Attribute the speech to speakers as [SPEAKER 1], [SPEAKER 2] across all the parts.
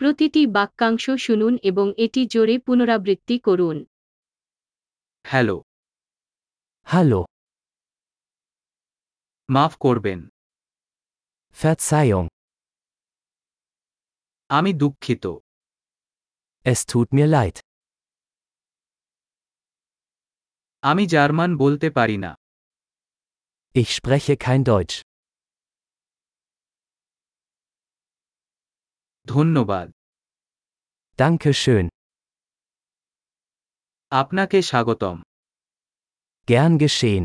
[SPEAKER 1] প্রতিটি বাক্যাংশ শুনুন এবং এটি জোরে পুনরাবৃত্তি করুন
[SPEAKER 2] হ্যালো
[SPEAKER 3] Hallo,
[SPEAKER 2] মাফ করবেন
[SPEAKER 3] Verzeihung,
[SPEAKER 2] আমি দুঃখিত
[SPEAKER 3] es tut mir leid.
[SPEAKER 2] আমি জার্মান বলতে পারি না
[SPEAKER 3] Ich spreche kein Deutsch.
[SPEAKER 2] ধন্যবাদ
[SPEAKER 3] Dankeschön,
[SPEAKER 2] আপনাকে স্বাগতম
[SPEAKER 3] gern geschehen.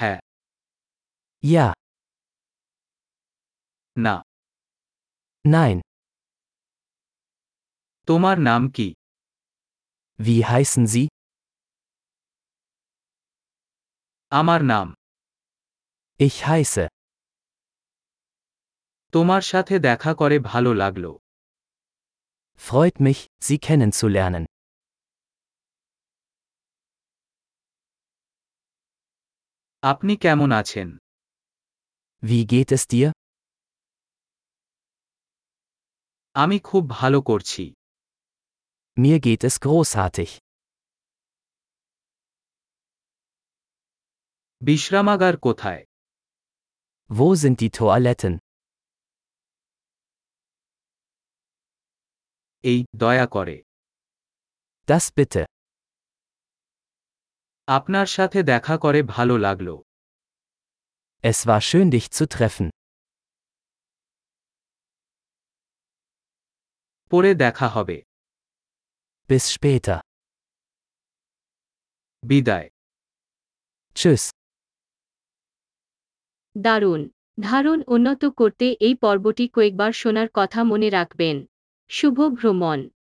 [SPEAKER 2] হ্যাঁ
[SPEAKER 3] Ja,
[SPEAKER 2] না
[SPEAKER 3] nein,
[SPEAKER 2] তোমার নাম কি
[SPEAKER 3] wie heißen Sie?
[SPEAKER 2] আমার নাম
[SPEAKER 3] Ich heiße.
[SPEAKER 2] তোমার সাথে দেখা করে ভালো লাগলো
[SPEAKER 3] Freut mich, Sie kennenzulernen.
[SPEAKER 2] আপনি কেমন আছেন
[SPEAKER 3] Wie geht es dir?
[SPEAKER 2] আমি খুব ভালো করছি
[SPEAKER 3] Mir geht es großartig.
[SPEAKER 2] বিশ্রামাগার কোথায়
[SPEAKER 3] Wo sind die Toiletten?
[SPEAKER 2] এই দয়া করে
[SPEAKER 3] Das bitte.
[SPEAKER 2] আপনার সাথে দেখা করে ভালো লাগলো
[SPEAKER 3] Es war schön, dich zu treffen.
[SPEAKER 2] পরে দেখা হবে
[SPEAKER 3] Bis später.
[SPEAKER 2] বিদায়
[SPEAKER 3] Tschüss.
[SPEAKER 1] দারুণ ধারণ উন্নত করতে এই পর্বটি কয়েকবার শোনার কথা মনে রাখবেন শুভ ভ্রমণ